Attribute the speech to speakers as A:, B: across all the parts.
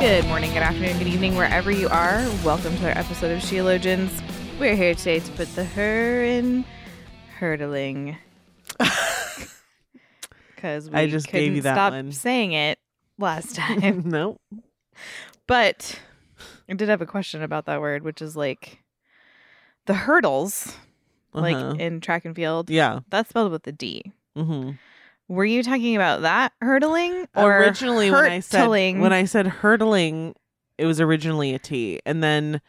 A: Good morning, good afternoon, good evening, wherever you are. Welcome to our episode of Sheologians. We're here today to put the her in hurdling. Because we
B: I just
A: couldn't
B: gave you that
A: stop
B: one.
A: saying it last time.
B: nope.
A: but I did have a question about that word, which is like the hurdles,
B: Uh-huh.
A: like in track and field.
B: yeah.
A: That's spelled with a D.
B: Mm-hmm.
A: Were you talking about that hurdling or
B: originally when I said
A: hurtling?
B: when I said hurdling, it was originally a T, and then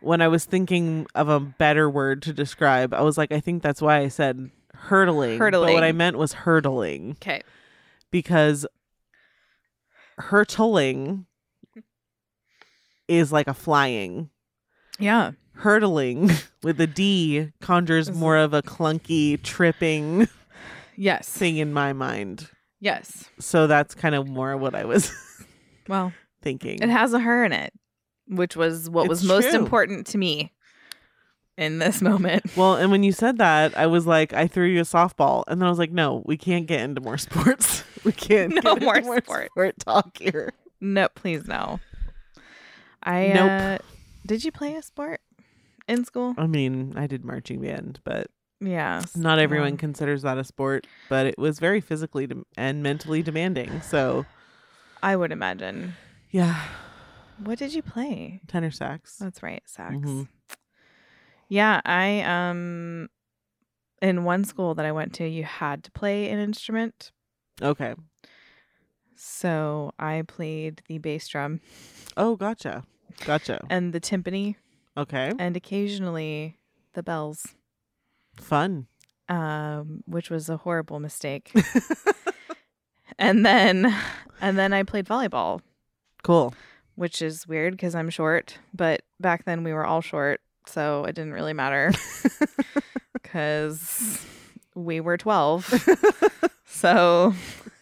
B: when I was thinking of a better word to describe, I was like, I think that's why I said hurdling. But what I
A: Hurtling.
B: meant was hurdling
A: okay,
B: because hurtling is like a flying.
A: yeah,
B: Hurtling with a D conjures
A: Is-
B: more of a clunky, tripping
A: yes,
B: thing in my mind.
A: yes.
B: So that's kind of more what I was
A: Well,
B: thinking.
A: It has a her in it, which was what was
B: It's
A: most
B: true.
A: important to me in this moment.
B: Well, and when you said that, I was like, I threw you a softball, and then I was like, no, we can't get into more sports. We can't
A: No
B: get
A: more
B: into
A: sport.
B: sport talk here.
A: No, please no. I
B: Nope.
A: uh, did you play a sport in school?
B: I mean, I did marching band, but
A: Yeah.
B: not everyone
A: Um,
B: considers that a sport. But it was very physically dem and mentally demanding. So
A: I would imagine.
B: yeah,
A: What did you play?
B: tenor sax.
A: That's right, sax.
B: Mhm.
A: Yeah, I um in one school that I went to, you had to play an instrument.
B: Okay.
A: So I played the bass drum
B: Oh, gotcha, gotcha.
A: and the timpani
B: Okay,
A: and occasionally the bells.
B: fun.
A: um, which was a horrible mistake. and then, and then I played volleyball,
B: Cool.
A: which is weird because I'm short. But back then we were all short, so it didn't really matter because we were 12, so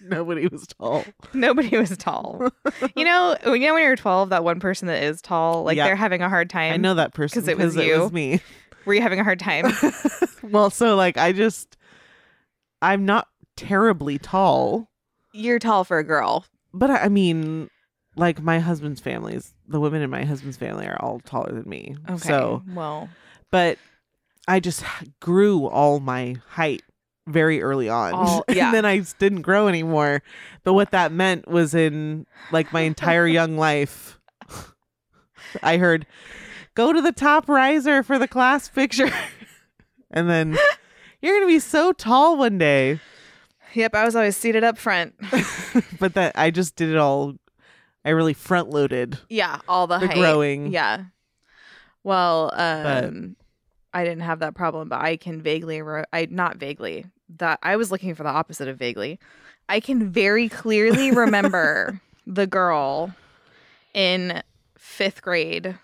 B: Nobody was tall.
A: nobody was tall. You know, you know when you're 12, that one person that is tall, like
B: Yeah.
A: they're having a hard time.
B: I know that person
A: 'cause it was
B: it
A: you.
B: was me.
A: Were you having a hard time?
B: well, so like I just I'm not terribly tall,
A: you're tall for a girl.
B: but I, I mean like my husband's family's the women in my husband's family are all taller than me.
A: Okay.
B: So,
A: well,
B: but I just grew all my height very early on.
A: All- yeah.
B: and then I just didn't grow anymore. But what that meant was in like my entire young life I heard go to the top riser for the class picture. and then you're going to be so tall one day.
A: yep. I was always seated up front.
B: but that I just did it all I really front loaded
A: Yeah, all the,
B: the
A: height.
B: growing.
A: Yeah. Well, um, I didn't have that problem, but I can vaguely, re- I not vaguely that I was looking for the opposite of vaguely. I can very clearly remember the girl in fifth grade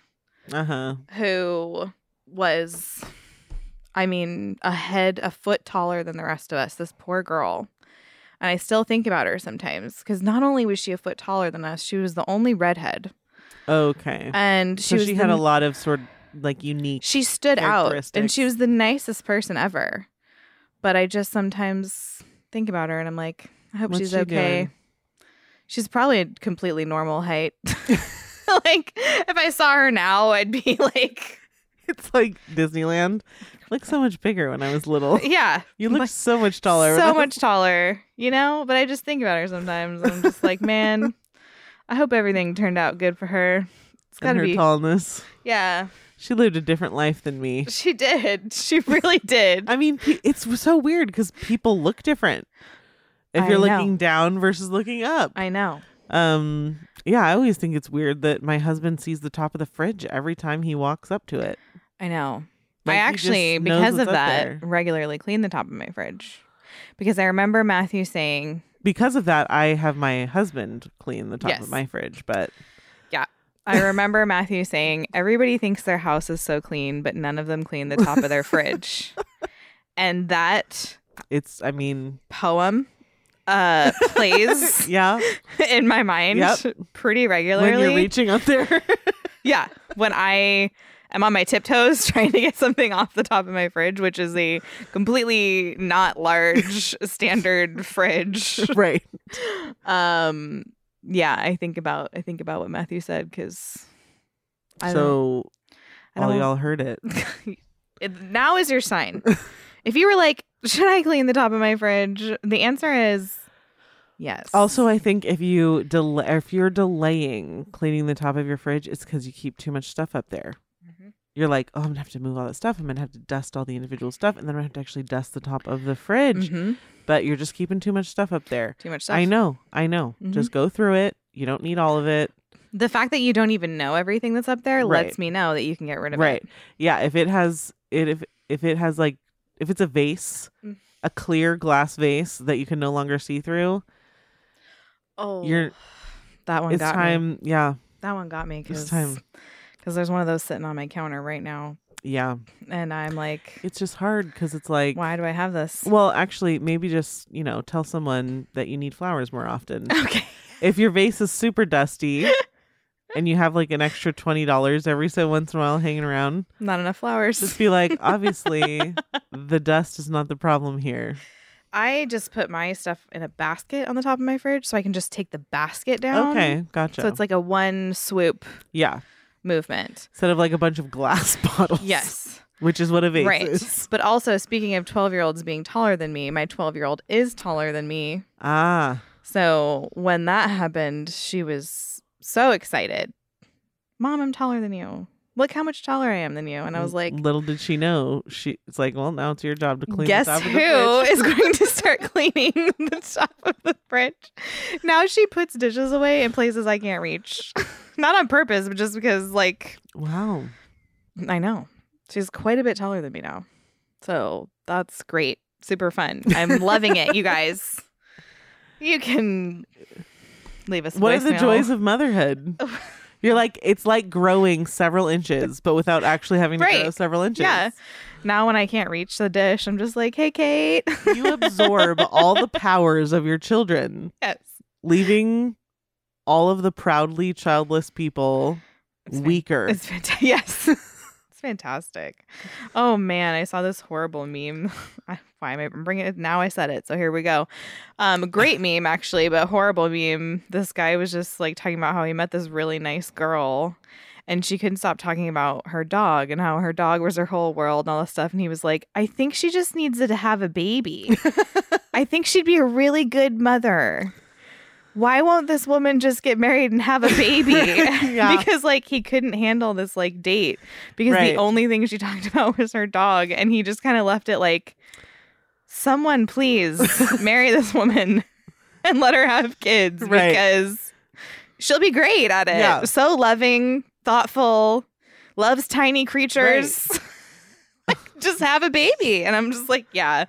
B: Uh-huh.
A: who was, I mean, a head, a foot taller than the rest of us. This poor girl. And I still think about her sometimes because not only was she a foot taller than us, she was the only redhead.
B: Okay.
A: And she
B: so
A: was
B: she
A: the
B: had a lot of sort of like unique
A: she stood out and
B: characteristics.
A: she was the nicest person ever. But I just sometimes think about her and I'm like, I hope
B: What's
A: she's
B: she
A: okay.
B: doing?
A: She's probably a completely normal height. like if I saw her now, I'd be like,
B: It's like Disneyland. I looked so much bigger when I was little.
A: yeah,
B: You look so much taller.
A: so much taller, you know? But I just think about her sometimes and I'm just like, man, I hope everything turned out good for her. It's
B: than
A: gotta
B: her
A: be
B: tallness.
A: Yeah.
B: She lived a different life than me.
A: She did. She really did.
B: I mean, pe- it's so weird because people look different. If
A: I
B: you're
A: know.
B: looking down versus looking up,
A: I know.
B: um, yeah, I always think it's weird that my husband sees the top of the fridge every time he walks up to it.
A: I know.
B: Like,
A: I
B: he
A: actually,
B: just knows
A: because of
B: what's up
A: that,
B: there.
A: regularly clean the top of my fridge. Because I remember Matthew saying,
B: Because of that, I have my husband clean the top
A: Yes.
B: of my fridge. But
A: Yeah. I remember Matthew saying, Everybody thinks their house is so clean, but none of them clean the top of their fridge. and that
B: It's, I mean,
A: poem uh plays
B: yeah.
A: in my mind
B: Yep.
A: pretty
B: When
A: regularly.
B: you're reaching up there,
A: yeah. When I am on my tiptoes trying to get something off the top of my fridge, which is a completely not large standard fridge.
B: right?
A: Um yeah, I think about I think about what Matthew said because I don't-
B: so
A: I don't-
B: all y'all heard it.
A: It- now is your sign. if you were like, should I clean the top of my fridge? The answer is yes.
B: Also, I think if you del- if you're delaying cleaning the top of your fridge, it's because you keep too much stuff up there.
A: Mhm.
B: You're like, oh, I'm gonna have to move all that stuff. I'm gonna have to dust all the individual stuff, and then I'm gonna have to actually dust the top of the fridge.
A: Mhm.
B: But you're just keeping too much stuff up there.
A: too much stuff.
B: I know, I know.
A: Mhm.
B: Just go through it. You don't need all of it.
A: The fact that you don't even know everything that's up there
B: Right.
A: lets me know that you can get rid of
B: Right.
A: it.
B: Yeah. If it has it, if if it has like, if it's a vase,
A: Mm.
B: a clear glass vase that you can no longer see through,
A: Oh,
B: You're-
A: that one
B: it's
A: Oh, got me.
B: time. Yeah.
A: That one got me because
B: time.
A: there's one of those sitting on my counter right now,
B: Yeah.
A: and I'm like,
B: It's just hard because it's like.
A: why do I have this?
B: Well, actually, maybe just, you know, tell someone that you need flowers more often.
A: Okay.
B: if your vase is super dusty and you have like an extra $20 every so once in a while hanging around,
A: Not enough flowers.
B: just be like, obviously, the dust is not the problem here.
A: I just put my stuff in a basket on the top of my fridge so I can just take the basket down.
B: okay, gotcha.
A: Um, So it's like a one swoop
B: yeah,
A: movement.
B: instead of like a bunch of glass bottles.
A: Yes.
B: Which is what a vase
A: Right.
B: is.
A: But also, speaking of 12 year olds being taller than me, my 12 year old is taller than me.
B: Ah,
A: So when that happened, she was so excited. Mom, I'm taller than you. Look how much taller I am than you. And I was like,
B: little did she know, she it's like, well, now it's your job to clean.
A: Guess
B: the top of the
A: who
B: fridge."
A: is going to start cleaning the top of the fridge? Now she puts dishes away in places I can't reach. Not on purpose, but just because, like,
B: Wow.
A: I know. She's quite a bit taller than me now. So that's great. Super fun. I'm loving it, you guys. You can leave us a
B: What are the
A: voicemail.
B: joys of motherhood? You're like it's like growing several inches, but without actually having to grow
A: Right.
B: several inches.
A: Yeah. Now when I can't reach the dish, I'm just like, hey, Kate.
B: You absorb all the powers of your children,
A: yes.
B: leaving all of the proudly childless people
A: It's fine.
B: weaker.
A: It's fantastic. Yes. it's fantastic. Oh man, I saw this horrible meme. I- Why am I bringing it? Now I said it. So here we go. Um, great meme actually, but horrible meme. This guy was just like talking about how he met this really nice girl and she couldn't stop talking about her dog and how her dog was her whole world and all this stuff. And he was like, I think she just needs to have a baby. I think she'd be a really good mother. Why won't this woman just get married and have a baby?
B: Yeah.
A: because like he couldn't handle this like date because
B: Right.
A: the only thing she talked about was her dog and he just kind of left it like someone please marry this woman and let her have kids
B: Right.
A: because she'll be great at it.
B: Yeah.
A: So loving, thoughtful, loves tiny creatures. Like, just have a baby. And I'm just like, yeah,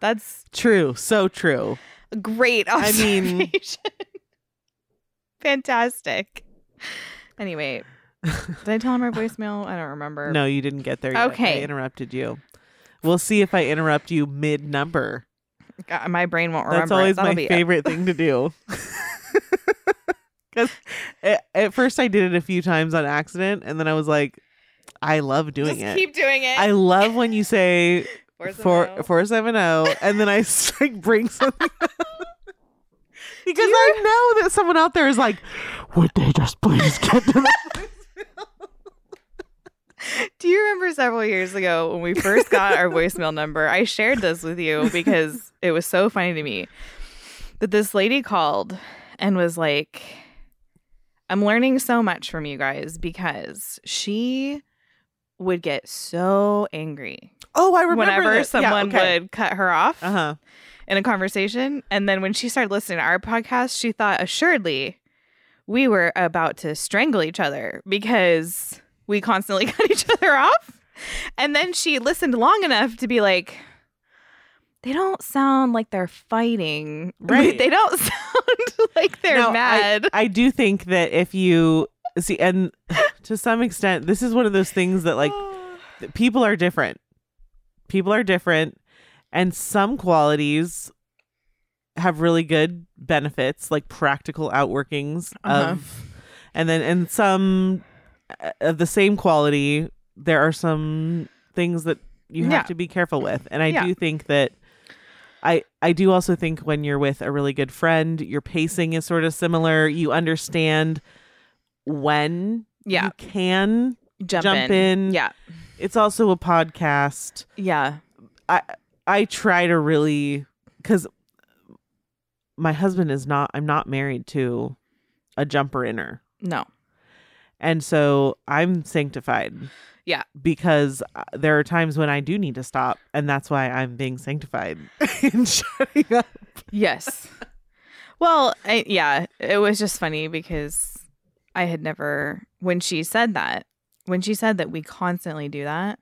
A: that's
B: true, so true.
A: a great
B: I
A: observation.
B: mean-
A: Fantastic. Anyway, did I tell him our voicemail? I don't remember.
B: No, you didn't get there. Yet.
A: Okay.
B: I interrupted you. We'll see if I interrupt you mid number.
A: God, my brain won't remember.
B: That's
A: it.
B: always
A: That'll
B: my
A: be-
B: favorite thing to do. Because at, at first I did it a few times on accident, and then I was like, I love doing
A: Just
B: it.
A: keep doing it. oh.
B: I love when you say
A: Four's in a row.
B: four four seven zero, and then I s- like bring something. Because I know that someone out there is like, would they just please get to the
A: Do you remember several years ago when we first got our voicemail number? I shared this with you because it was so funny to me that this lady called and was like, I'm learning so much from you guys because she would get so angry
B: Oh, I remember.
A: whenever
B: this. Yeah,
A: someone
B: okay.
A: would cut her off
B: Uh huh.
A: in a conversation. And then when she started listening to our podcast, she thought assuredly we were about to strangle each other because we constantly cut each other off. And then she listened long enough to be like, they don't sound like they're fighting.
B: Right.
A: They don't sound like they're
B: No, I-
A: mad.
B: I do think that if you see, and to some extent, this is one of those things that like th- people are different. People are different, and some qualities have really good benefits, like practical outworkings
A: Uh-huh.
B: of, and then and some uh, of the same quality. There are some things that you have
A: Yeah.
B: to be careful with, and I
A: Yeah.
B: do think that. I, I do also think when you're with a really good friend, your pacing is sort of similar. You understand when
A: Yeah.
B: you can.
A: Jump,
B: jump in.
A: Yeah.
B: It's also a podcast.
A: Yeah.
B: I I try to really because my husband is not. I'm not married to a jumper inner,
A: No.
B: and so I'm sanctified.
A: Yeah.
B: because uh, there are times when I do need to stop, and that's why I'm being sanctified in shutting up.
A: Yes. well, I, yeah, it was just funny because I had never, when she said that, when she said that we constantly do that,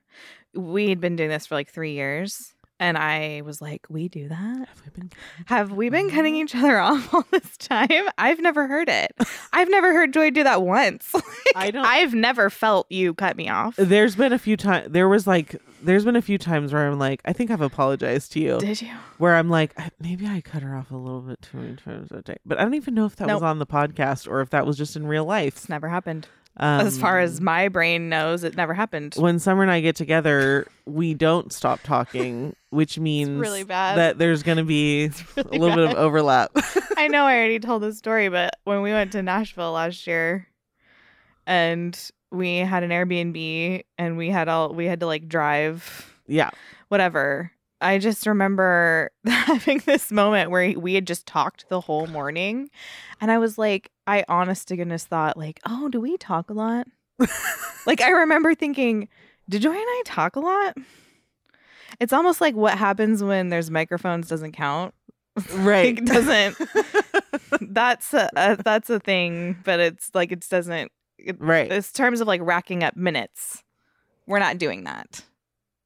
A: we had been doing this for like three years. And I was like, we do that?
B: Have we been-
A: Have we been cutting each other off all this time? I've never heard it. I've never heard Joy do that once. Like,
B: I don't-
A: I've never felt you cut me off.
B: There's been a few times. There was like. There's been a few times where I'm like, I think I've apologized to you.
A: Did you?
B: where I'm like, I, maybe I cut her off a little bit too many times a day. But I don't even know if that was
A: Nope.
B: on the podcast or if that was just in real life.
A: It's never happened.
B: Um,
A: as far as my brain knows, it never happened.
B: when Summer and I get together, we don't stop talking, which means
A: really bad.
B: that there's going to be a
A: really
B: little bit of
A: bad.
B: overlap.
A: I know I already told this story, but when we went to Nashville last year and we had an Airbnb and we had all we had to like drive
B: yeah.
A: whatever. I just remember having this moment where we had just talked the whole morning and I was like I honest to goodness thought like, "Oh, do we talk a lot?" like I remember thinking, "Did Joy and I talk a lot?" It's almost like what happens when there's microphones doesn't count.
B: Right.
A: It doesn't that's a, a that's a thing, but it's like it doesn't. It,
B: right.
A: It's terms of like racking up minutes. We're not doing that.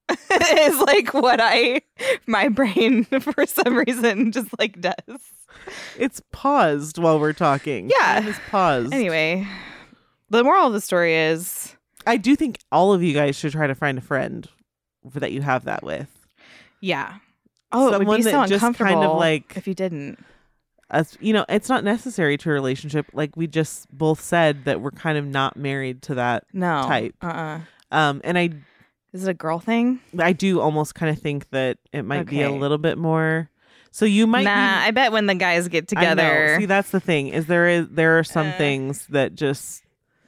A: is like what I my brain for some reason just like does.
B: It's paused while we're talking.
A: Yeah.
B: It's paused.
A: Anyway, the moral of the story is
B: I do think all of you guys should try to find a friend for that you have that with.
A: yeah. Oh, it would
B: Someone
A: be so
B: that just kind of,
A: uncomfortable
B: like-
A: if you didn't.
B: As, you know, it's not necessary to a relationship. Like we just both said that we're kind of not married to that
A: No.
B: type.
A: Uh. uh
B: Um, and I
A: Is it a girl thing?
B: I do almost kind of think that it might be a
A: Okay.
B: little bit more. So you might
A: nah.
B: be,
A: I bet when the guys get
B: I know.
A: together.
B: See, that's the thing is there is there are some
A: Uh.
B: things that just,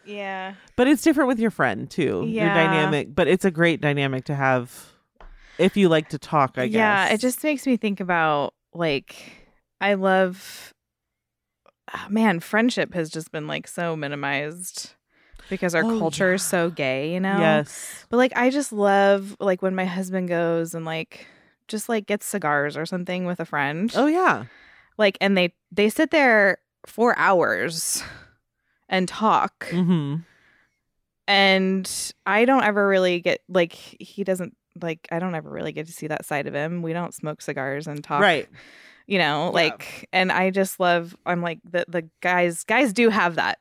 A: yeah.
B: but it's different with your friend too. Your
A: Yeah.
B: dynamic, but it's a great dynamic to have if you like to talk. I guess.
A: Yeah, it just makes me think about like I love Ah, man, friendship has just been like so minimized because our
B: Oh,
A: culture is
B: yeah.
A: so gay, you know?
B: yes.
A: But like I just love like when my husband goes and like just like gets cigars or something with a friend.
B: Oh yeah.
A: Like and they they sit there for hours and talk
B: Mm-hmm.
A: and I don't ever really get like he doesn't like I don't ever really get to see that side of him. We don't smoke cigars and talk,
B: Right.
A: You know,
B: Yeah.
A: like, and I just love. I'm like the the guys guys do have that,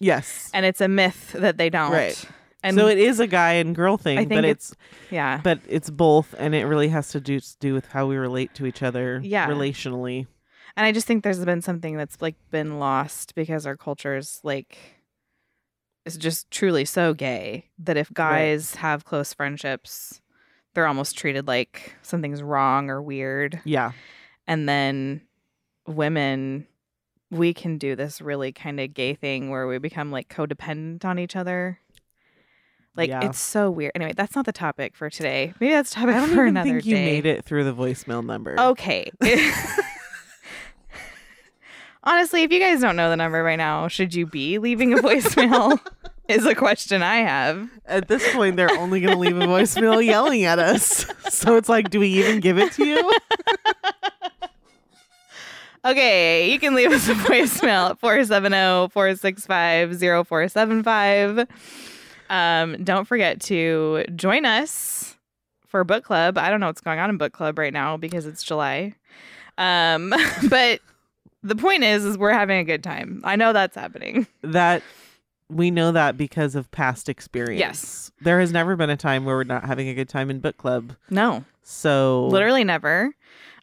B: Yes.
A: and it's a myth that they don't.
B: Right.
A: And
B: so it is a guy and girl thing,
A: think
B: but it's,
A: it's- yeah,
B: but it's both, and it really has to do do with how we relate to each other,
A: Yeah.
B: relationally.
A: and I just think there's been something that's like been lost because our culture's like is just truly so gay that if guys have close friendships, they're almost treated like something's wrong or weird.
B: Yeah,
A: and then women we can do this really kind of gay thing where we become like codependent on each other like
B: Yeah.
A: it's so weird anyway that's not the topic for today maybe that's the topic
B: I don't
A: for
B: even
A: another
B: think
A: day
B: you made it through the voicemail number.
A: okay honestly if you guys don't know the number right now should you be leaving a voicemail is a question i have
B: At this point, they're only going to leave a voicemail yelling at us. So it's like, do we even give it to you?
A: Okay, you can leave us a voicemail at oh, 470-465-0475. Um, don't forget to join us for book club. I don't know what's going on in book club right now because it's July. Um, but the point is is we're having a good time. I know that's happening.
B: That we know that because of past experience.
A: Yes.
B: There has never been a time where we're not having a good time in book club.
A: No,
B: So
A: literally never.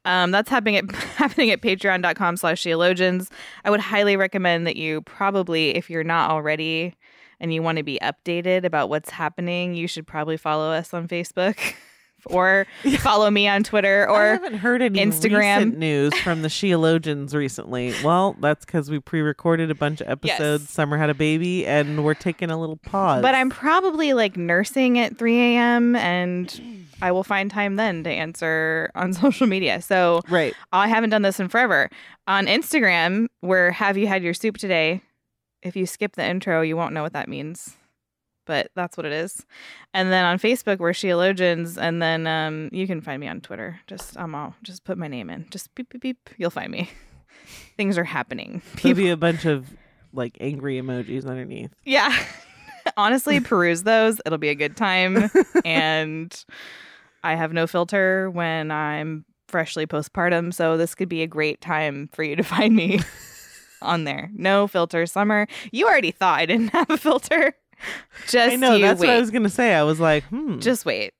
A: Um, that's happening at happening at patreon.com slash theologians. I would highly recommend that you probably, if you're not already and you want to be updated about what's happening, you should probably follow us on Facebook or follow me on Twitter
B: I
A: or
B: haven't heard any
A: Instagram.
B: recent news from the Sheologians recently. Well, that's because we pre-recorded a bunch of episodes.
A: Yes.
B: Summer had a baby, and we're taking a little pause.
A: But I'm probably like nursing at 3 a.m. and I will find time then to answer on social media. So
B: right.
A: I haven't done this in forever. On Instagram, where have you had your soup today? If you skip the intro, you won't know what that means. But that's what it is. And then on Facebook, we're Sheologians. And then um, you can find me on Twitter. Just I'm all just put my name in. Just beep beep beep. You'll find me. Things are happening.
B: There'll be a bunch of like angry emojis underneath.
A: Yeah. Honestly, peruse those. It'll be a good time. and I have no filter when I'm freshly postpartum. So this could be a great time for you to find me on there. No filter summer. You already thought I didn't have a filter. Just
B: I know
A: you
B: that's
A: wait.
B: what I was gonna say. I was like, hmm.
A: Just wait.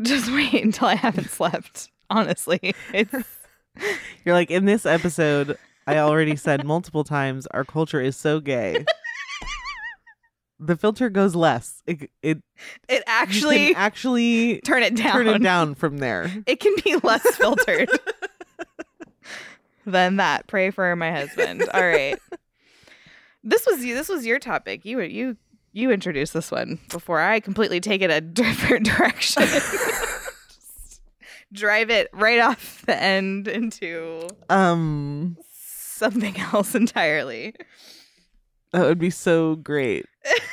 A: Just wait until I haven't slept. Honestly, it's
B: You're like in this episode. I already said multiple times our culture is so gay. the filter goes less. It, it
A: it
B: you can
A: actually
B: actually
A: turn it down.
B: turn it down from there.
A: It can be less filtered than that. Pray for my husband. All right. This was this was your topic. You you you introduced this one before I completely take it a different direction. Just Drive it right off the end into
B: Um,
A: something else entirely.
B: that would be so great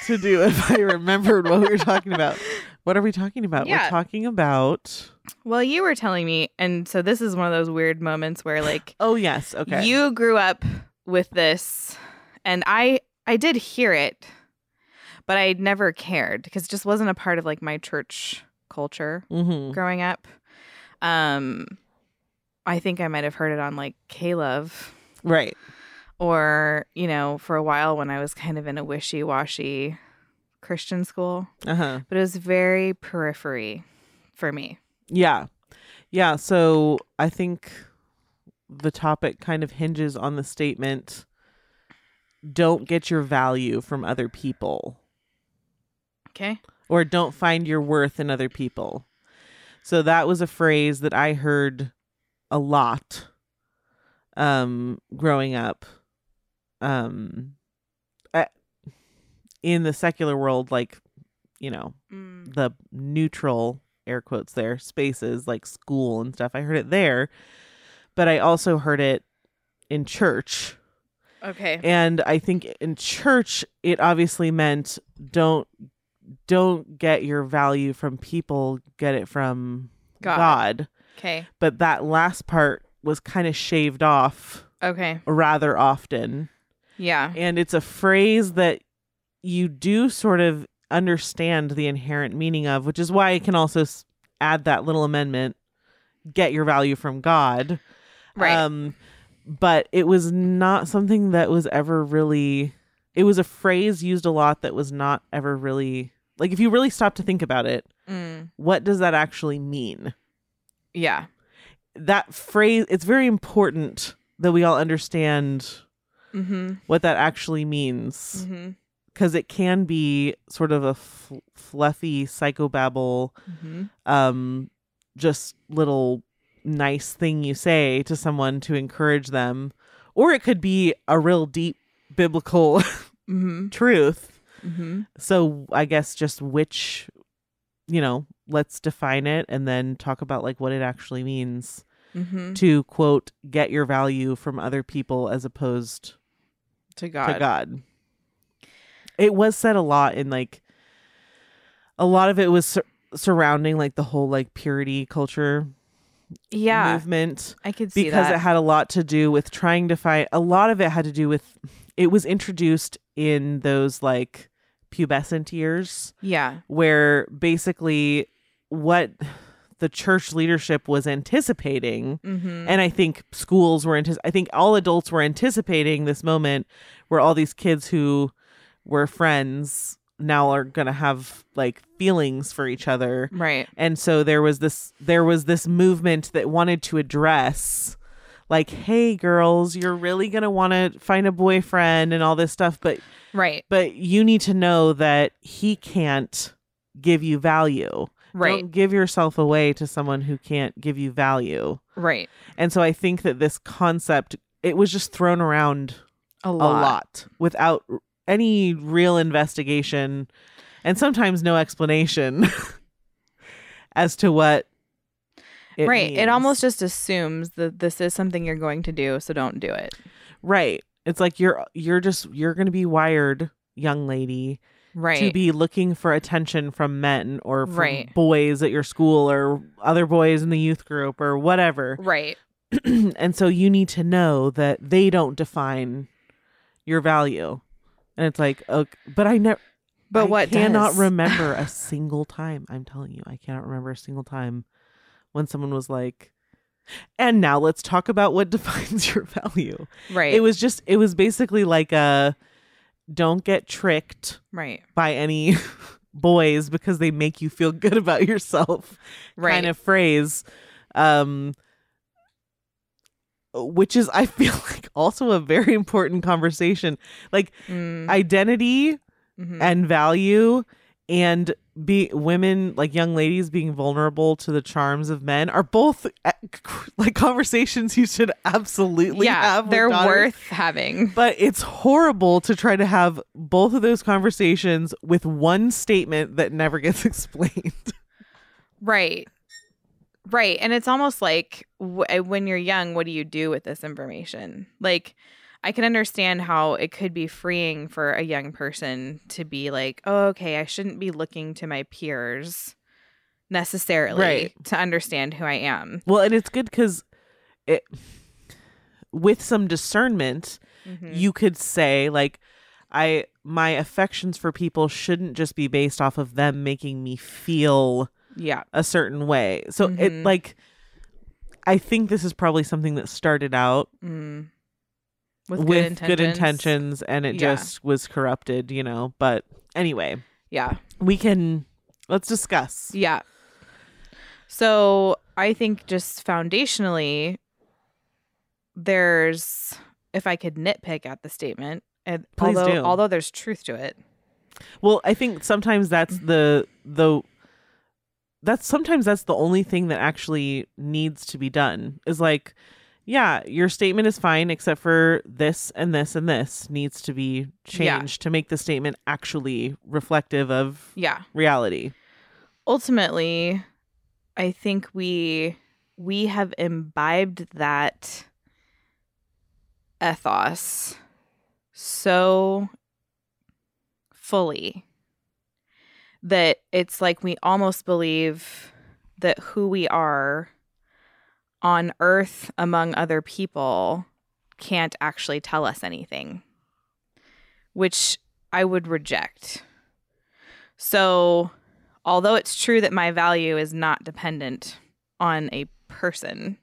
B: to do if I remembered what we were talking about. What are we talking about?
A: Yeah.
B: We're talking about.
A: Well, you were telling me, and so this is one of those weird moments where like
B: Oh yes, okay.
A: You grew up with this, and I I did hear it, but I never cared because it just wasn't a part of like my church culture
B: Mm-hmm.
A: growing up. Um, I think I might have heard it on like K Love
B: Right.
A: or you know for a while when I was kind of in a wishy washy Christian school,
B: Uh huh.
A: but it was very periphery for me.
B: Yeah. Yeah. So I think the topic kind of hinges on the statement don't get your value from other people
A: Okay.
B: or don't find your worth in other people. So that was a phrase that I heard a lot um growing up um I- in the secular world like you know
A: Mm,
B: the neutral air quotes there spaces like school and stuff. I heard it there, but I also heard it in church.
A: Okay.
B: And I think in church it obviously meant don't don't get your value from people, get it from
A: God.
B: God.
A: Okay.
B: But that last part was kind of shaved off
A: Okay.
B: rather often
A: Yeah.
B: and it's a phrase that you do sort of understand the inherent meaning of, which is why I can also s- add that little amendment get your value from God.
A: Right.
B: Um, but it was not something that was ever really, it was a phrase used a lot that was not ever really, like, if you really stop to think about it,
A: Mm.
B: what does that actually mean?
A: Yeah.
B: That phrase, it's very important that we all understand
A: Mm-hmm.
B: what that actually means.
A: Mm-hmm.
B: because it can be sort of a f- fluffy psychobabble,
A: Mm-hmm.
B: um, just little nice thing you say to someone to encourage them, or it could be a real deep biblical
A: Mm-hmm.
B: truth.
A: Mm-hmm.
B: So I guess just which, you know, let's define it and then talk about like what it actually means
A: Mm-hmm.
B: to quote get your value from other people as opposed
A: To God.
B: to God. It was said a lot in like a lot of it was sur- surrounding like the whole like purity culture
A: Yeah,
B: movement
A: I could see
B: because
A: that.
B: it had a lot to do with trying to find a lot of it had to do with it was introduced in those like pubescent years
A: yeah.
B: where basically what the church leadership was anticipating
A: Mm-hmm.
B: and I think schools were antici- I think all adults were anticipating this moment where all these kids who were friends now are going to have like feelings for each other
A: Right.
B: and so there was this there was this movement that wanted to address like hey girls you're really going to want to find a boyfriend and all this stuff but
A: Right.
B: but you need to know that he can't give you value
A: Right.
B: Don't give yourself away to someone who can't give you value
A: Right.
B: and so i think that this concept it was just thrown around
A: A
B: a
A: lot.
B: lot, without r- any real investigation and sometimes no explanation as to what it
A: right. It
B: means.
A: almost just assumes that this is something you're going to do, so don't do it.
B: right it's like you're you're just you're going to be wired young lady
A: Right.
B: to be looking for attention from men or from
A: Right.
B: boys at your school or other boys in the youth group or whatever
A: right.
B: and so you need to know that they don't define your value and it's like okay, but i never
A: But
B: I
A: what
B: cannot
A: does?
B: remember a single time. I'm telling you, I cannot remember a single time when someone was like, "And now let's talk about what defines your value."
A: Right.
B: It was just, it was basically like a, "Don't get tricked
A: right.
B: by any boys because they make you feel good about yourself."
A: Right.
B: Kind of phrase, um, which is, I feel like, also a very important conversation. Like
A: Mm,
B: identity
A: mhm.
B: and value and be women like young ladies being vulnerable to the charms of men are both uh, c- like conversations you should absolutely
A: yeah,
B: have with
A: they're
B: daughters.
A: worth having.
B: but it's horrible to try to have both of those conversations with one statement that never gets explained
A: Right. Right. And it's almost like w- eh, when you're young, what do you do with this information? Like, I can understand how it could be freeing for a young person to be like, oh, okay, I shouldn't be looking to my peers necessarily
B: Right.
A: to understand who I am.
B: well and it's good because it with some discernment
A: Mhm.
B: you could say like i my affections for people shouldn't just be based off of them making me feel
A: Yeah.
B: a certain way. So
A: Mhm.
B: it like I think this is probably something that started out
A: Mm.
B: with, good, intentions and it
A: Yeah.
B: just was corrupted, you know. But anyway,
A: Yeah.
B: we can let's discuss.
A: Yeah. So I think just foundationally, there's if I could nitpick at the statement, and
B: Please
A: although
B: do.
A: although there's truth to it,
B: Well, I think sometimes that's the the that's sometimes that's the only thing that actually needs to be done is like yeah, your statement is fine except for this and this and this needs to be
A: Yeah.
B: changed to make the statement actually reflective of
A: yeah.
B: reality.
A: Ultimately, I think we we have imbibed that ethos so fully that it's like we almost believe that who we are on earth among other people can't actually tell us anything which i would reject so although it's true that my value is not dependent on a person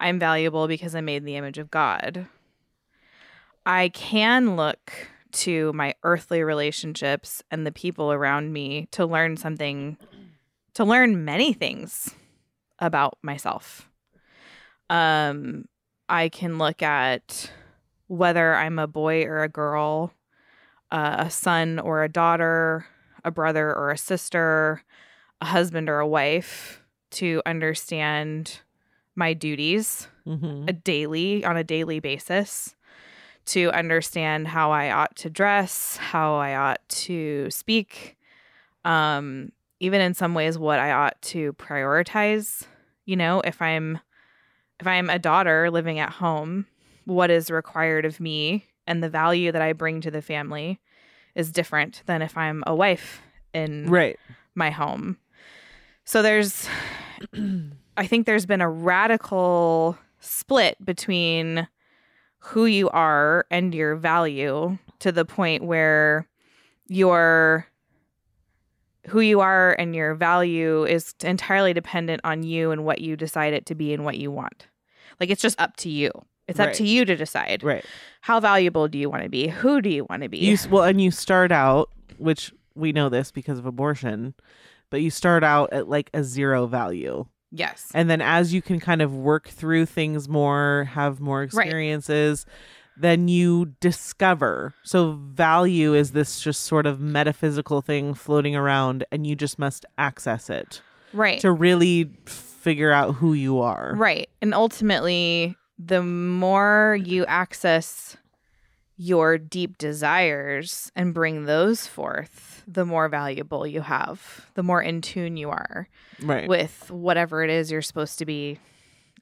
A: i'm valuable because i'm made in the image of god i can look to my earthly relationships and the people around me to learn something to learn many things about myself. Um, I can look at whether I'm a boy or a girl, uh, a son or a daughter, a brother or a sister, a husband or a wife to understand my duties
B: Mm-hmm.
A: a daily on a daily basis to understand how I ought to dress, how I ought to speak, um, even in some ways what I ought to prioritize. You know, if I'm if I'm a daughter living at home, what is required of me and the value that I bring to the family is different than if I'm a wife in
B: Right.
A: my home. So there's, I think there's been a radical split between who you are and your value to the point where your who you are and your value is entirely dependent on you and what you decide it to be and what you want. Like it's just up to you. It's up
B: Right.
A: to you to decide.
B: Right.
A: How valuable do you want to be? Who do you want to be?
B: You s- well, and you start out, which we know this because of abortion, but you start out at like a zero value.
A: yes.
B: And then as you can kind of work through things more, have more experiences, then you discover. So value is this just sort of metaphysical thing floating around and you just must access it
A: Right.
B: to really figure out who you are.
A: Right. And ultimately, the more you access your deep desires and bring those forth, the more valuable you have, the more in tune you are
B: Right.
A: with whatever it is you're supposed to be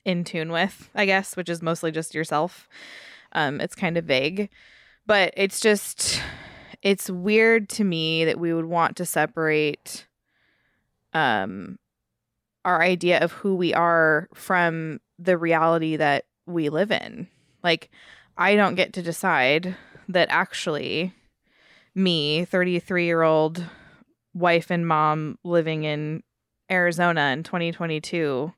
A: in tune with, I guess, which is mostly just yourself. Um, it's kind of vague, but it's just, it's weird to me that we would want to separate um, our idea of who we are from the reality that we live in. Like, I don't get to decide that actually me, 33 year old wife and mom living in Arizona in 2022,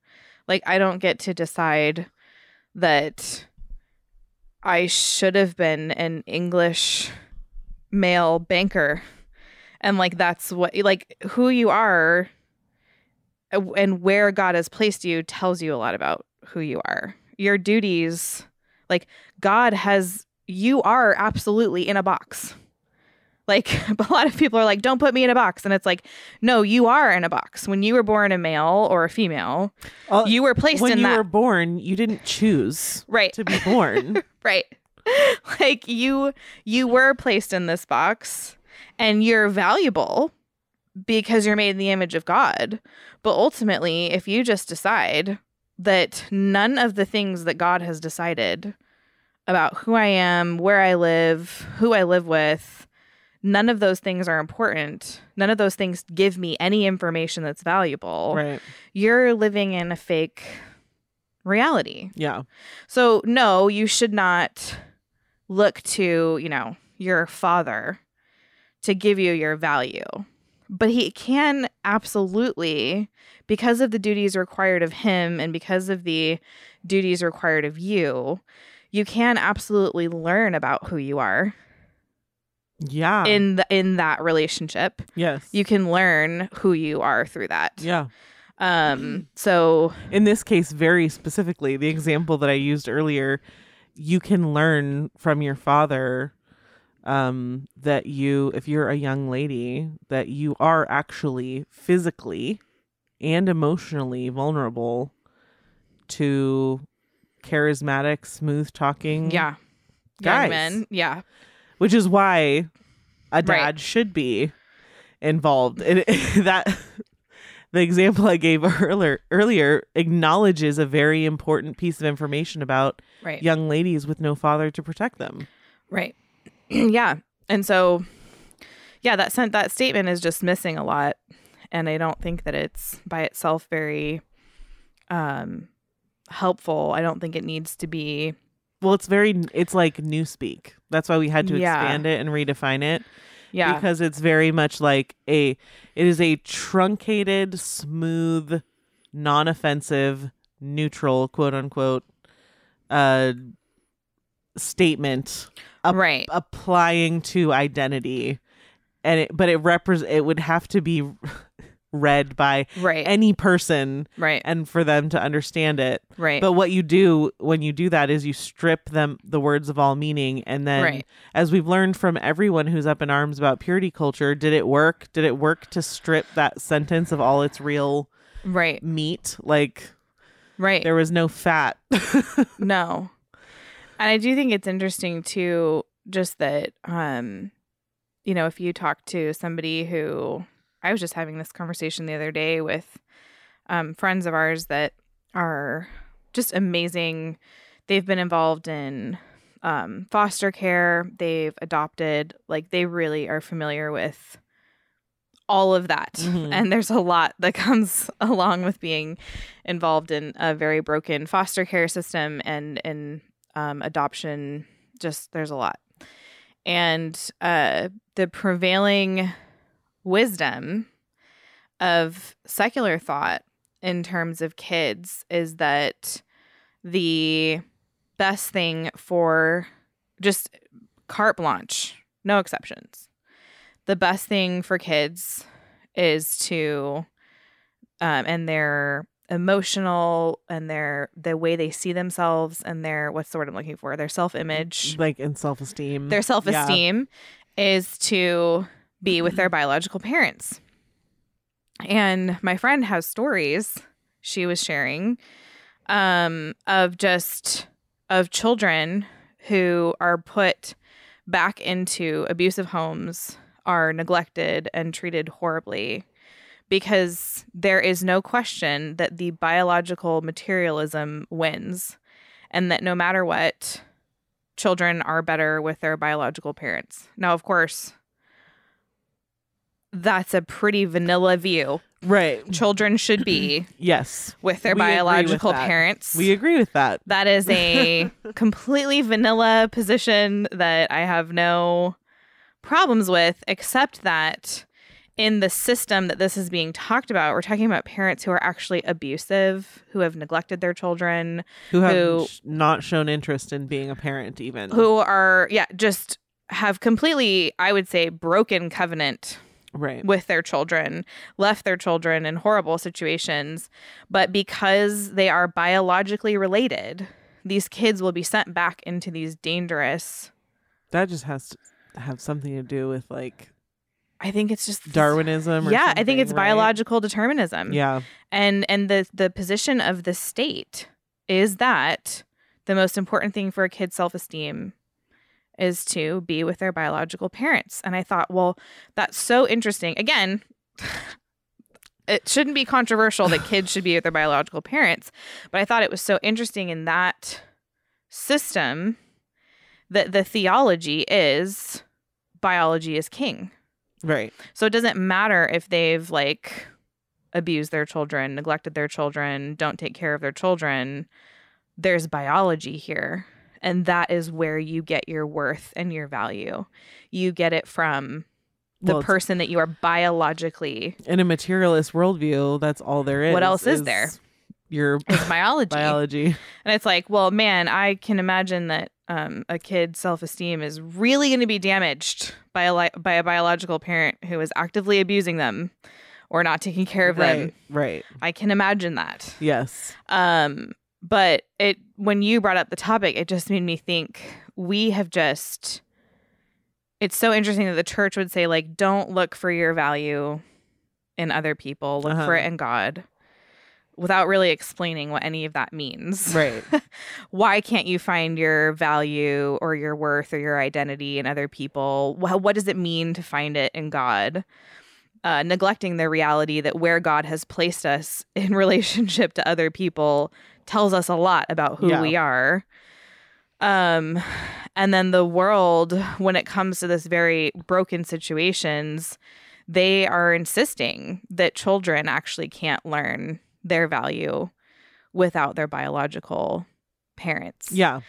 A: like, I don't get to decide that I should have been an English male banker. And like, that's what, like, who you are uh, and where God has placed you tells you a lot about who you are. Your duties, like God has, you are absolutely in a box. Like a lot of people are like, don't put me in a box. And it's like, no, you are in a box. When you were born a male or a female,
B: Uh,
A: you were placed
B: when
A: in
B: you
A: that.
B: were born, you didn't choose
A: right.
B: to be born.
A: Right. like you you were placed in this box and you're valuable because you're made in the image of God. But ultimately, if you just decide that none of the things that God has decided about who I am, where I live, who I live with, none of those things are important. None of those things give me any information that's valuable.
B: right.
A: You're living in a fake reality.
B: Yeah.
A: So no, you should not look to, you know, your father to give you your value. But he can absolutely because of the duties required of him and because of the duties required of you, you can absolutely learn about who you are
B: Yeah.
A: in the, in that relationship.
B: yes.
A: You can learn who you are through that.
B: yeah.
A: Um so
B: in this case very specifically the example that i used earlier you can learn from your father um that you if you're a young lady that you are actually physically and emotionally vulnerable to charismatic smooth talking
A: yeah.
B: Guys.
A: Young men, yeah.
B: which is why a dad
A: Right.
B: should be involved. And it- that the example I gave earlier earlier acknowledges a very important piece of information about
A: Right.
B: young ladies with no father to protect them.
A: Right. yeah. And so yeah, that sent that statement is just missing a lot and I don't think that it's by itself very um helpful. I don't think it needs to be
B: Well, it's very it's like newspeak. That's why we had to
A: Yeah.
B: expand it and redefine it
A: yeah.
B: because it's very much like a it is a truncated, smooth, non-offensive, neutral, quote unquote uh statement up-
A: right.
B: applying to identity and it, but it repres it would have to be read by
A: Right.
B: any person
A: right.
B: and for them to understand it
A: right.
B: but what you do when you do that is you strip them the words of all meaning and then
A: Right.
B: as we've learned from everyone who's up in arms about purity culture did it work did it work to strip that sentence of all its real
A: right.
B: meat like
A: Right.
B: there was no fat
A: no. And I do think it's interesting too, just that um, you know, if you talk to somebody who I was just having this conversation the other day with um friends of ours that are just amazing. They've been involved in um foster care, they've adopted, like they really are familiar with all of that.
B: Mhm.
A: And there's a lot that comes along with being involved in a very broken foster care system and in um, adoption. Just there's a lot, and uh, the prevailing wisdom of secular thought in terms of kids is that the best thing for just carte blanche, no exceptions. The best thing for kids is to, um, and their emotional and their the way they see themselves and their what's the word I'm looking for their self image
B: like in self esteem.
A: their self esteem is to be with their biological parents. And my friend has stories she was sharing um, of just of children who are put back into abusive homes, are neglected and treated horribly because there is no question that the biological materialism wins and that no matter what, children are better with their biological parents. Now, of course, that's a pretty vanilla view.
B: Right.
A: Children should be
B: Yes.
A: with their
B: Mm. We agree with
A: biological
B: that.
A: parents.
B: We agree with that.
A: that is a completely vanilla position that I have no problems with, except that in the system that this is being talked about, we're talking about parents who are actually abusive, who have neglected their children,
B: Who have
A: Who-
B: sh- not shown interest in being a parent even.
A: who are yeah just have completely i would say broken covenant
B: Right.
A: with their children left their children in horrible situations but because they are biologically related these kids will be sent back into these dangerous
B: That just has to have something to do with like
A: i think it's just
B: Darwinism or
A: yeah i think
B: something,
A: it's
B: right?
A: biological determinism
B: Yeah.
A: and and the the position of the state is that the most important thing for a kid's self-esteem is to be with their biological parents and i thought well that's so interesting again it shouldn't be controversial that kids should be with their biological parents but i thought it was so interesting in that system that the theology is biology is king
B: Right.
A: so it doesn't matter if they've like abused their children, neglected their children, don't take care of their children. There's biology here. And that is where you get your worth and your value. You get it from the
B: Well, it's-
A: person that you are biologically
B: in a materialist worldview, that's all there is.
A: What else is there?
B: Your
A: is biology.
B: biology.
A: And it's like, well, man, I can imagine that um, a kid's self esteem is really going to be damaged by a li- by a biological parent who is actively abusing them or not taking care of them.
B: Right. Right.
A: I can imagine that.
B: Yes.
A: Um, but it when you brought up the topic, it just made me think we have just it's so interesting that the church would say like don't look for your value in other people, look for it
B: Uh-huh.
A: in God without really explaining what any of that means.
B: Right.
A: Why can't you find your value or your worth or your identity in other people? Wh- what does it mean to find it in God? Uh, neglecting the reality that where God has placed us in relationship to other people tells us a lot about who
B: Yeah.
A: we are. Um, and then the world, when it comes to this very broken situations, they are insisting that children actually can't learn their value without their biological parents.
B: yeah.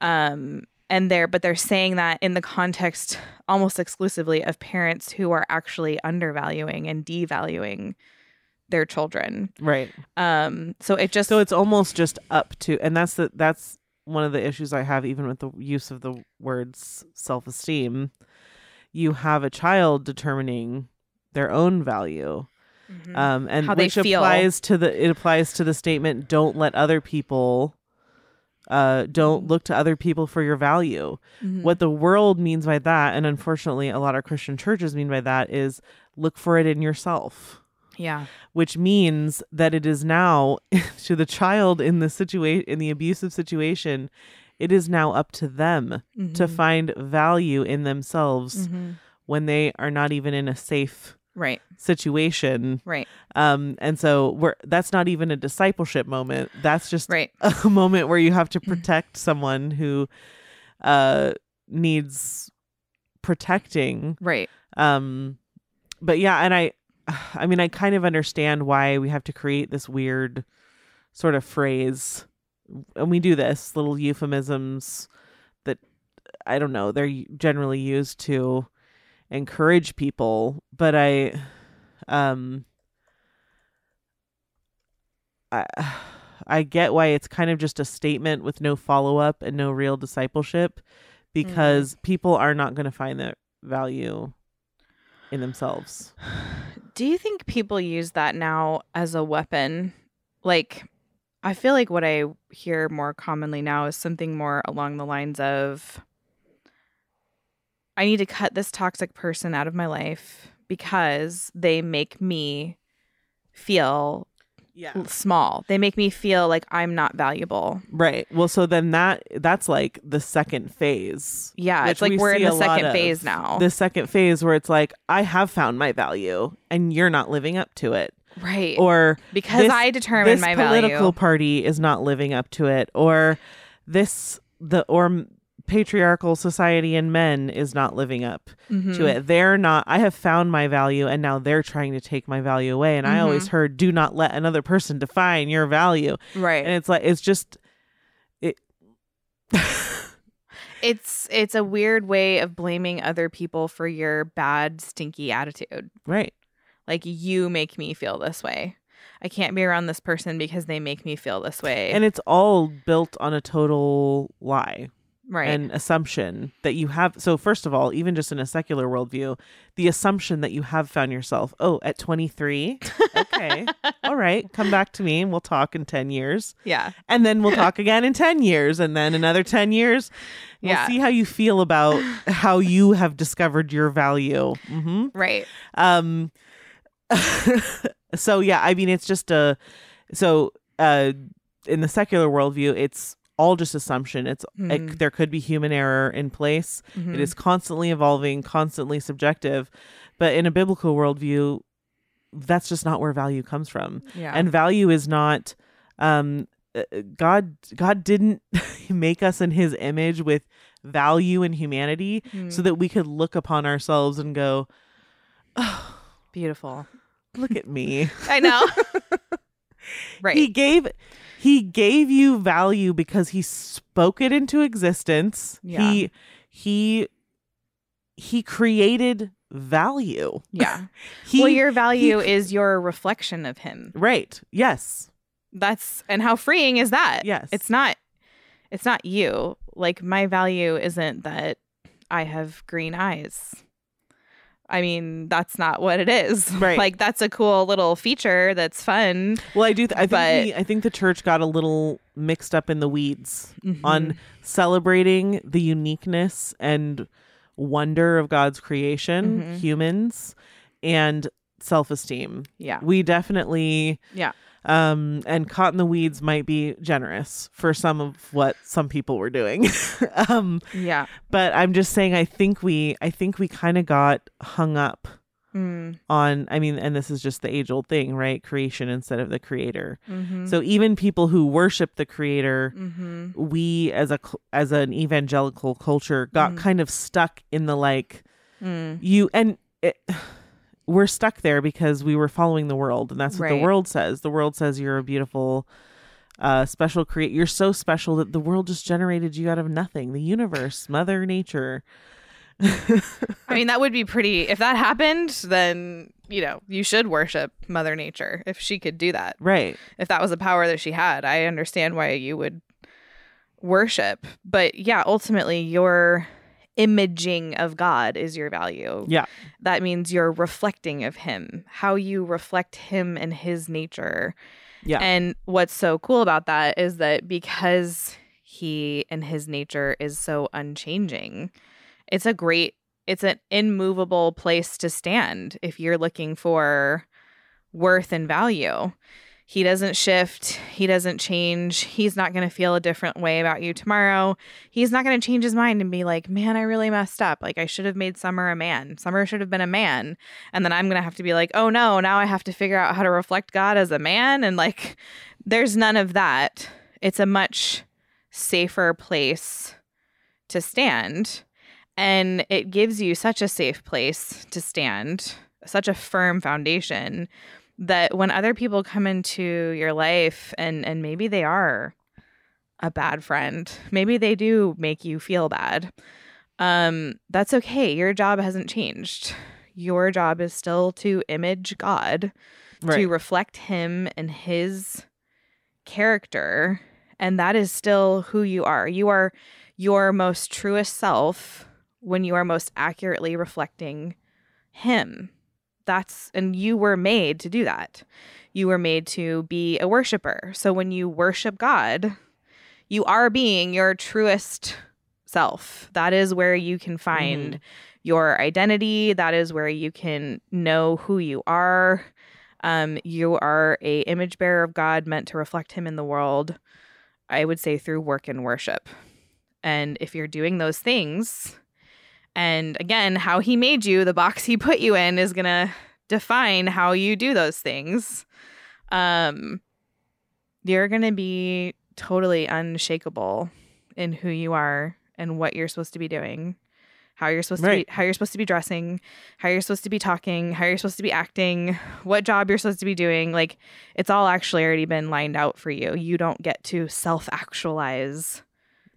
A: Um, and they're but they're saying that in the context almost exclusively of parents who are actually undervaluing and devaluing their children.
B: Right.
A: Um, so it just
B: So it's almost just up to, and that's the that's one of the issues I have even with the use of the words self esteem. You have a child determining their own value,
A: Mhm.
B: um, and
A: How they
B: which
A: feel.
B: applies to the it applies to the statement: "Don't let other people." Uh,
A: Mm.
B: don't look to other people for your value.
A: Mhm.
B: What the world means by that, and unfortunately, a lot of Christian churches mean by that, is look for it in yourself
A: Mm-hmm. yeah.
B: which means that it is now to the child in the situation in the abusive situation it is now up to them to
A: Mhm.
B: find value in themselves
A: Mhm.
B: when they are not even in a safe
A: right,
B: situation
A: right,
B: um and so we're that's not even a discipleship moment that's just
A: right.
B: a moment where you have to protect someone who uh needs protecting
A: Right.
B: um but yeah and i i mean i kind of understand why we have to create this weird sort of phrase and we do this little euphemisms that uh, i don't know they're generally used to encourage people but i um i I get why it's kind of just a statement with no follow up and no real discipleship because people are not going to find that value in themselves.
A: Do you think people use that now as a weapon? Like, I feel like what I hear more commonly now is something more along the lines of I need to cut this toxic person out of my life because they make me feel
B: Yeah.
A: small. They make me feel like I'm not valuable.
B: Right. Well, so then that that's like the second phase.
A: Yeah,
B: which
A: it's like
B: we
A: we're in
B: see
A: the
B: a lot
A: second
B: of.
A: phase now.
B: The second phase where it's like I have found my value and you're not living up to it
A: right.
B: or
A: because
B: this-
A: I determine
B: this
A: my value.
B: political party is not living up to it or this the or m- patriarchal society and men is not living up to
A: Mhm.
B: it they're not i have found my value and now they're trying to take my value away and i always heard do not let another person define your value
A: Mm-hmm. Right.
B: and it's like it's just
A: It's it's a weird way of blaming other people for your bad stinky attitude.
B: right
A: Like you make me feel this way. I can't be around this person because they make me feel this way.
B: and it's all built on a total lie
A: right.
B: an assumption that you have. So, first of all, even just in a secular worldview, the assumption that you have found yourself, oh, at 23, okay, all right, come back to me and we'll talk in 10 years.
A: yeah.
B: And then we'll talk again in 10 years, and then another 10 years. We'll
A: Yeah.
B: see how you feel about how you have discovered your value. hmm
A: Right.
B: um so yeah i mean it's just a so uh in the secular worldview it's all just assumption it's
A: Mhm.
B: like there could be human error in place It
A: Mhm.
B: is constantly evolving constantly subjective but in a biblical worldview that's just not where value comes from
A: Mm-hmm. Yeah.
B: and value is not um uh, god god didn't make us in his image with value and humanity
A: Mm.
B: so that we could look upon ourselves and go oh
A: beautiful.
B: look at me
A: I know. right.
B: he gave he gave you value because he spoke it into existence
A: Yeah.
B: he he he created value
A: yeah.
B: he
A: well, your value is your reflection of him.
B: right yes
A: That's and how freeing is that?
B: yes
A: Uh, It's not it's not you. Like my value isn't that I have green eyes. I mean, that's not what it is.
B: Right.
A: Like that's a cool little feature that's fun.
B: well i do th- i think
A: but-
B: we- i think the church got a little mixed up in the weeds
A: Mm-hmm.
B: on celebrating the uniqueness and wonder of god's creation
A: Mhm.
B: humans and self-esteem
A: Yeah.
B: we definitely
A: Yeah.
B: um and caught in the weeds might be generous for some of what some people were doing um
A: Yeah.
B: but i'm just saying i think we i think we kind of got hung up
A: Mm.
B: on i mean and this is just the age old thing right creation instead of the creator
A: Mhm.
B: so even people who worship the creator
A: Mhm.
B: we as a cl- as an evangelical culture got
A: Mhm.
B: kind of stuck in the like
A: Mm.
B: you and it, we're stuck there because we were following the world and that's what
A: Right.
B: the world says the world says you're a beautiful uh special create you're so special that the world just generated you out of nothing the universe mother nature
A: I mean, that would be pretty if that happened, then, you know, you should worship mother nature if she could do that.
B: right
A: if that was a power that she had. I understand why you would worship, but yeah, ultimately your imaging of God is your value.
B: Yeah.
A: That means you're reflecting of him, how you reflect him and his nature.
B: Yeah.
A: And what's so cool about that is that because he and his nature is so unchanging, it's a great it's an immovable place to stand if you're looking for worth and value. He doesn't shift. He doesn't change. He's not going to feel a different way about you tomorrow. He's not going to change his mind and be like, man, I really messed up. Like, I should have made Summer a man. Summer should have been a man. And then I'm going to have to be like, oh no, now I have to figure out how to reflect God as a man. And like, there's none of that. It's a much safer place to stand. And it gives you such a safe place to stand, such a firm foundation that when other people come into your life and and maybe they are a bad friend maybe they do make you feel bad um that's okay your job hasn't changed your job is still to image god
B: right
A: to reflect him and his character and that is still who you are. You are your most truest self when you are most accurately reflecting him. That's and you were made to do that. You were made to be a worshiper. So when you worship God, you are being your truest self. That is where you can find your identity. That is where you can know who you are. Um, you are a image bearer of God, meant to reflect Him in the world. I would say through work and worship. And if you're doing those things, and again, how He made you, the box He put you in, is gonna define how you do those things. Um, you're gonna be totally unshakable in who you are and what you're supposed to be doing, how you're supposed
B: Right.
A: to be, how you're supposed to be dressing, how you're supposed to be talking, how you're supposed to be acting, what job you're supposed to be doing. Like it's all actually already been lined out for you. You don't get to self actualize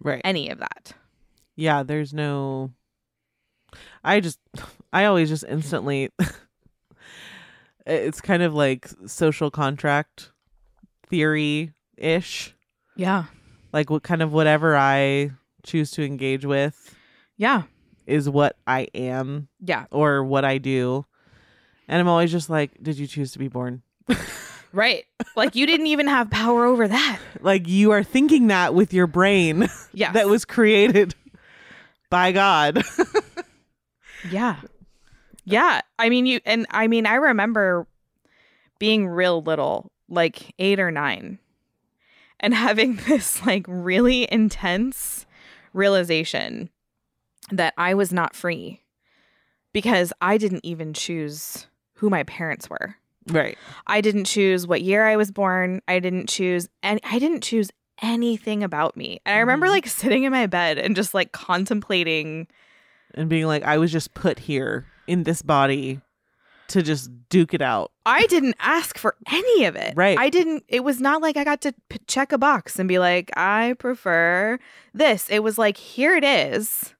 B: Right.
A: any of that.
B: yeah, there's no. I just, I always just instantly. it's kind of like social contract theory ish.
A: Yeah.
B: Like, what kind of whatever I choose to engage with
A: Yeah.
B: is what I am
A: Yeah.
B: or what I do. And I'm always just like, did you choose to be born?
A: Right. like you didn't even have power over that.
B: Like, you are thinking that with your brain
A: Yeah.
B: that was created by God.
A: Yeah. Yeah. I mean, you, and I mean, I remember being real little, like eight or nine, and having this like really intense realization that I was not free because I didn't even choose who my parents were.
B: right.
A: I didn't choose what year I was born. I didn't choose and I didn't choose anything about me. And I remember
B: Mhm.
A: like sitting in my bed and just like contemplating
B: and being like, I was just put here in this body to just duke it out.
A: I didn't ask for any of it.
B: Right.
A: I didn't, it was not like I got to p- check a box and be like, I prefer this. It was like, here it is.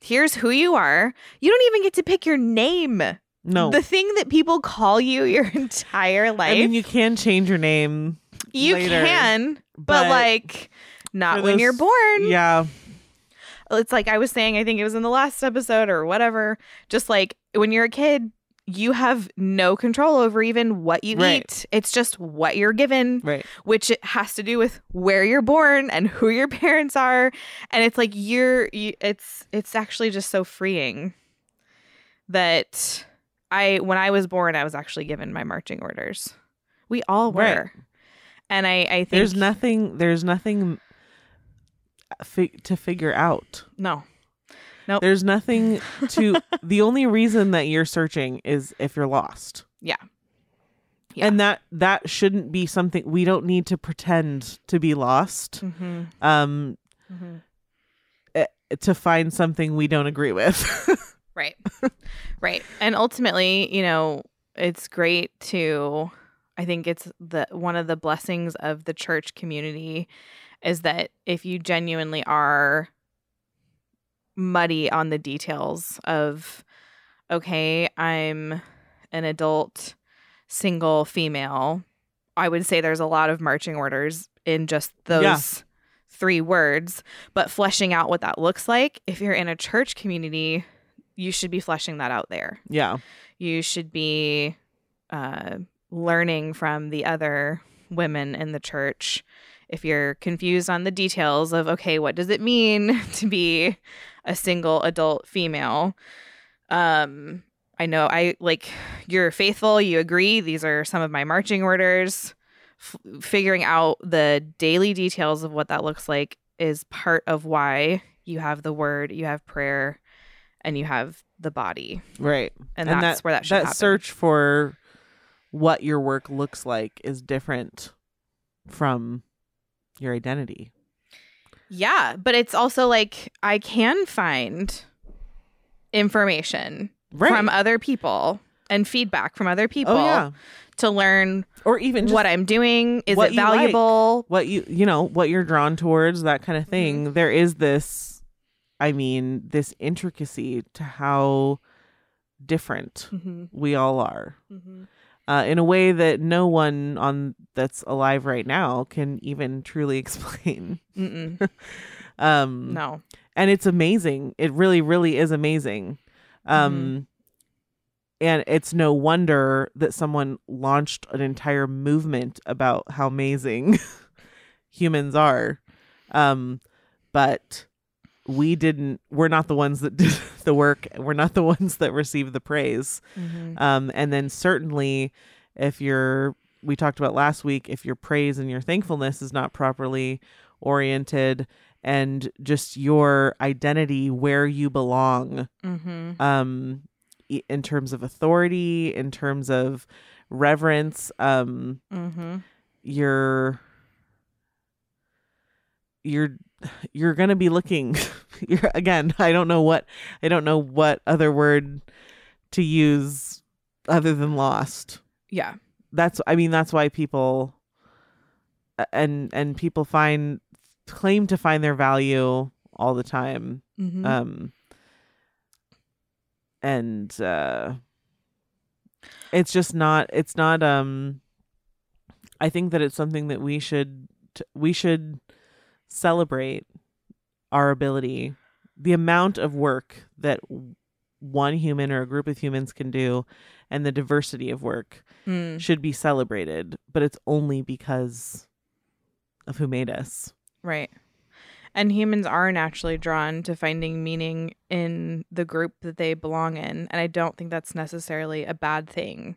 A: Here's who you are. You don't even get to pick your name.
B: No.
A: The thing that people call you your entire life.
B: I mean, you can change your name.
A: you
B: later,
A: can, but,
B: but
A: like, not
B: for
A: when
B: those-
A: you're born.
B: Yeah.
A: it's like I was saying, I think it was in the last episode or whatever. Just like when you're a kid, you have no control over even what you
B: Right.
A: eat. It's just what you're given,
B: Right.
A: which it has to do with where you're born and who your parents are. And it's like you're, you, it's it's actually just so freeing that I when I was born, I was actually given my marching orders. We all were,
B: Right.
A: and I I think
B: There's nothing, there's nothing uh, fi- to figure out.
A: no
B: There's nothing to, the only reason that you're searching is if you're lost.
A: Yeah. Yeah.
B: And that that shouldn't be something we don't need to pretend to be lost
A: mm-hmm.
B: um
A: Mm-hmm.
B: to find something we don't agree with.
A: Right. right. And ultimately, you know, it's great to I think it's the one of the blessings of the church community is that if you genuinely are muddy on the details of okay, I'm an adult single female, I would say there's a lot of marching orders in just those
B: Yeah.
A: three words, but fleshing out what that looks like if you're in a church community, you should be fleshing that out there.
B: yeah.
A: You should be uh, learning from the other women in the church. If you're confused on the details of, okay, what does it mean to be a single adult female? Um, I know I like you're faithful, you agree. These are some of my marching orders. F- figuring out the daily details of what that looks like is part of why you have the word, you have prayer, and you have the body.
B: Right.
A: And, that's
B: that,
A: where that should
B: that
A: happen.
B: search for what your work looks like is different from your identity
A: Yeah, but it's also like I can find information
B: right
A: from other people and feedback from other people
B: oh yeah
A: to learn
B: or even just
A: what I'm doing. Is
B: what
A: it
B: you like.
A: valuable?
B: what you you know what you're drawn towards that kind of thing There is this i mean this
A: Mm-hmm,
B: intricacy to how different we all are uh, in a way that no one on that's alive right now can even truly explain.
A: Mm-mm.
B: Um,
A: No.
B: and it's amazing. It really, really is amazing. Um, and it's no wonder that someone launched an entire movement about how amazing humans are. Um, but we didn't. We're not the ones that did the work. We're not the ones that received the praise.
A: Mhm.
B: Um, and then certainly, if your we talked about last week, if your praise and your thankfulness is not properly oriented, and just your identity where you belong,
A: Mhm.
B: um, i- in terms of authority, in terms of reverence, um,
A: Mhm.
B: you're you're you're gonna be looking you're again i don't know what i don't know what other word to use other than lost
A: Yeah.
B: that's i mean that's why people a- and and people find claim to find their value all the time
A: Mhm.
B: um and uh it's just not it's not um i think that it's something that we should t- we should celebrate our ability the amount of work that w- one human or a group of humans can do and the diversity of work
A: Mm.
B: should be celebrated but it's only because of who made us
A: Right. And humans are naturally drawn to finding meaning in the group that they belong in. And I don't think that's necessarily a bad thing.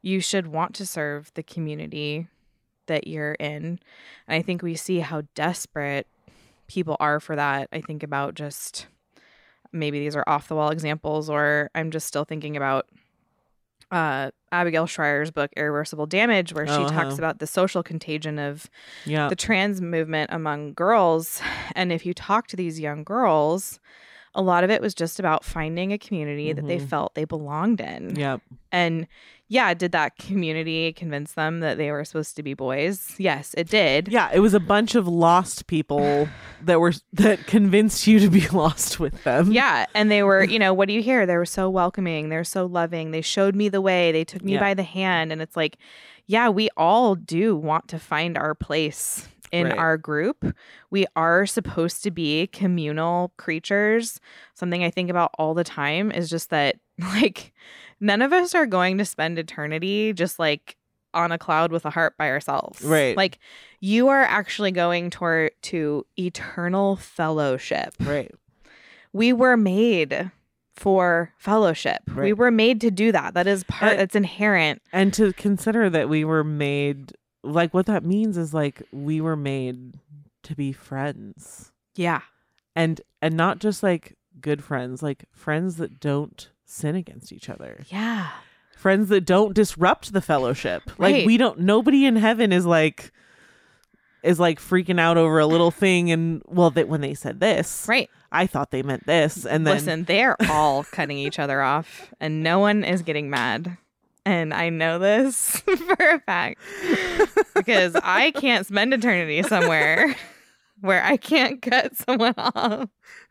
A: You should want to serve the community that you're in. And I think we see how desperate people are for that. I think about just maybe these are off the wall examples, or I'm just still thinking about uh, Abigail Schreier's book, Irreversible Damage, where she
B: Oh, uh-huh.
A: talks about the social contagion of
B: yeah
A: the trans movement among girls. And if you talk to these young girls, a lot of it was just about finding a community that they
B: Mhm.
A: felt they belonged in.
B: yep
A: And yeah, did that community convince them that they were supposed to be boys? Yes, it did.
B: Yeah, it was a bunch of lost people that were that convinced you to be lost with them.
A: Yeah. And they were, you know, what do you hear? They were so welcoming. They were so loving. They showed me the way. They took me
B: Yeah.
A: by the hand. And it's like, yeah, we all do want to find our place in
B: Right.
A: our group. We are supposed to be communal creatures. Something I think about all the time is just that, like, none of us are going to spend eternity just like on a cloud with a harp by ourselves.
B: Right.
A: Like, you are actually going toward to eternal fellowship
B: Right.
A: we were made for fellowship. We
B: Right.
A: were made to do that. That is part
B: And-
A: that's inherent.
B: And to consider that we were made like what that means is like we were made to be friends.
A: Yeah.
B: And and not just like good friends, like friends that don't sin against each other.
A: Yeah.
B: Friends that don't disrupt the fellowship.
A: Right.
B: Like we don't nobody in heaven is like is like freaking out over a little thing and well that when they said this
A: Right.
B: I thought they meant this and then
A: Listen, they're all cutting each other off and no one is getting mad. And I know this for a fact because I can't spend eternity somewhere where I can't cut someone off.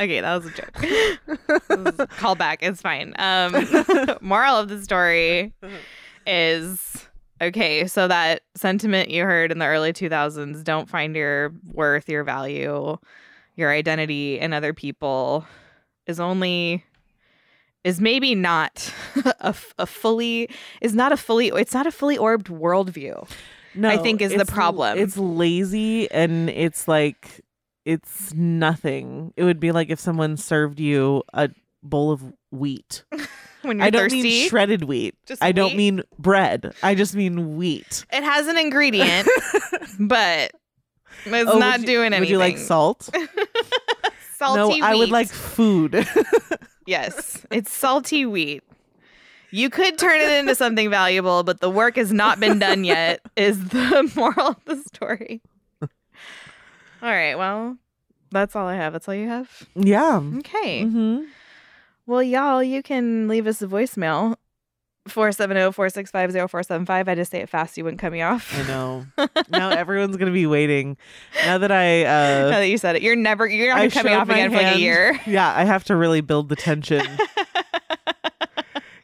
A: okay, that was a joke. This is- Call back, it's fine. Um, moral of the story is okay, so that sentiment you heard in the early 2000s don't find your worth, your value, your identity in other people is only is maybe not a, f- a fully is not a fully it's not a fully orbed worldview
B: no,
A: I think is the
B: it's l-
A: problem.
B: It's lazy and it's like it's nothing. It would be like if someone served you a bowl of wheat.
A: when you're
B: I don't
A: thirsty.
B: mean shredded wheat.
A: Just
B: I don't
A: wheat?
B: mean bread. I just mean wheat.
A: it has an ingredient, but it's
B: Oh, would
A: not
B: you-
A: doing anything.
B: Would you like salt? no,
A: salty?
B: I would
A: wheat.
B: like food.
A: yes, it's salty wheat. You could turn it into something valuable, but the work has not been done yet. Is the moral of the story? All right. Well, that's all I have. That's all you have.
B: yeah.
A: Okay.
B: hmm
A: Well, y'all, you can leave us a voicemail oh, 470 465 0475. I just say it fast, you wouldn't cut me off.
B: I know. now everyone's gonna be waiting. Now that I
A: now
B: uh
A: that you said it, you're never, you're not
B: I
A: going to cut me
B: showed
A: off
B: my
A: again for like a
B: hand.
A: year.
B: yeah, I have to really build the tension.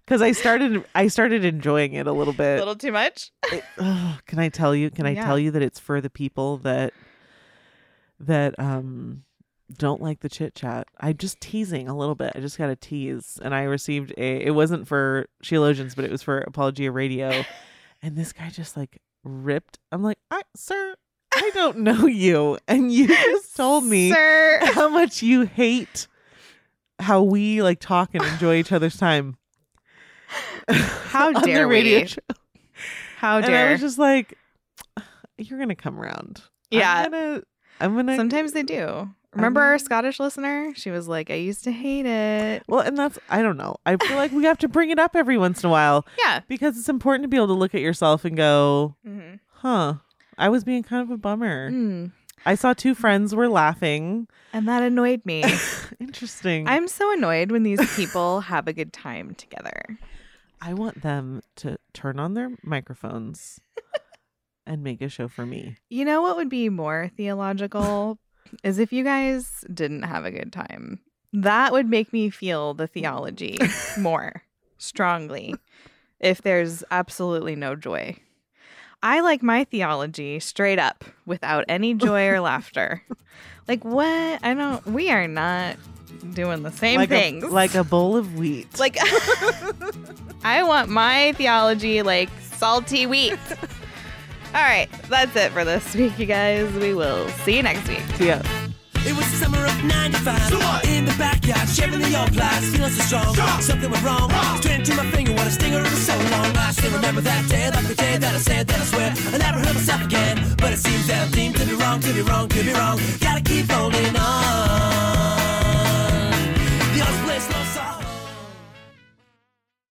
B: because I started I started enjoying it a little
A: A
B: bit.
A: little too much.
B: It- ugh, can I tell you? Can I
A: Yeah.
B: tell you that it's for the people that that um don't like the chit chat? I'm just teasing a little bit. I just got a tease, and I received a. It wasn't for Sheologians, but it was for Apologia Radio, and this guy just like ripped. I'm like, I, sir, I don't know you, and you just told me
A: Sir.
B: how much you hate how we like talk and enjoy each other's time.
A: How
B: on the
A: dare
B: radio
A: we.
B: show.
A: How
B: And I
A: dare.
B: was just like, you're gonna come around.
A: Yeah.
B: I'm gonna. I'm gonna
A: Sometimes they do. Remember our Scottish listener? She was like, I used to hate it.
B: well, and that's I don't know. I feel like we have to bring it up every once in a while
A: Yeah.
B: because it's important to be able to look at yourself and go,
A: Mm-hmm.
B: huh. I was being kind of a bummer.
A: Mm.
B: I saw two friends were laughing.
A: And that annoyed me.
B: Interesting.
A: I'm so annoyed when these people have a good time together.
B: I want them to turn on their microphones and make a show for me.
A: You know what would be more theological is if you guys didn't have a good time. That would make me feel the theology more strongly if there's absolutely no joy. I like my theology straight up without any joy or laughter. Like what? I don't we are not doing the same
B: like
A: things.
B: A, like a bowl of wheat.
A: Like, I want my theology like salty wheat. All right, that's it for this week, you guys. We will see you next week.
B: yeah.
C: It was the summer of 95. In the backyard, shaving the old blast. Feeling so strong. Something went wrong. Straight into my finger, what a stinger it was so long. I still remember that day, like the day that I said that I swear. I never hurt myself again. But it seems that I seemed to be wrong, to be wrong, to be wrong. Gotta keep holding on.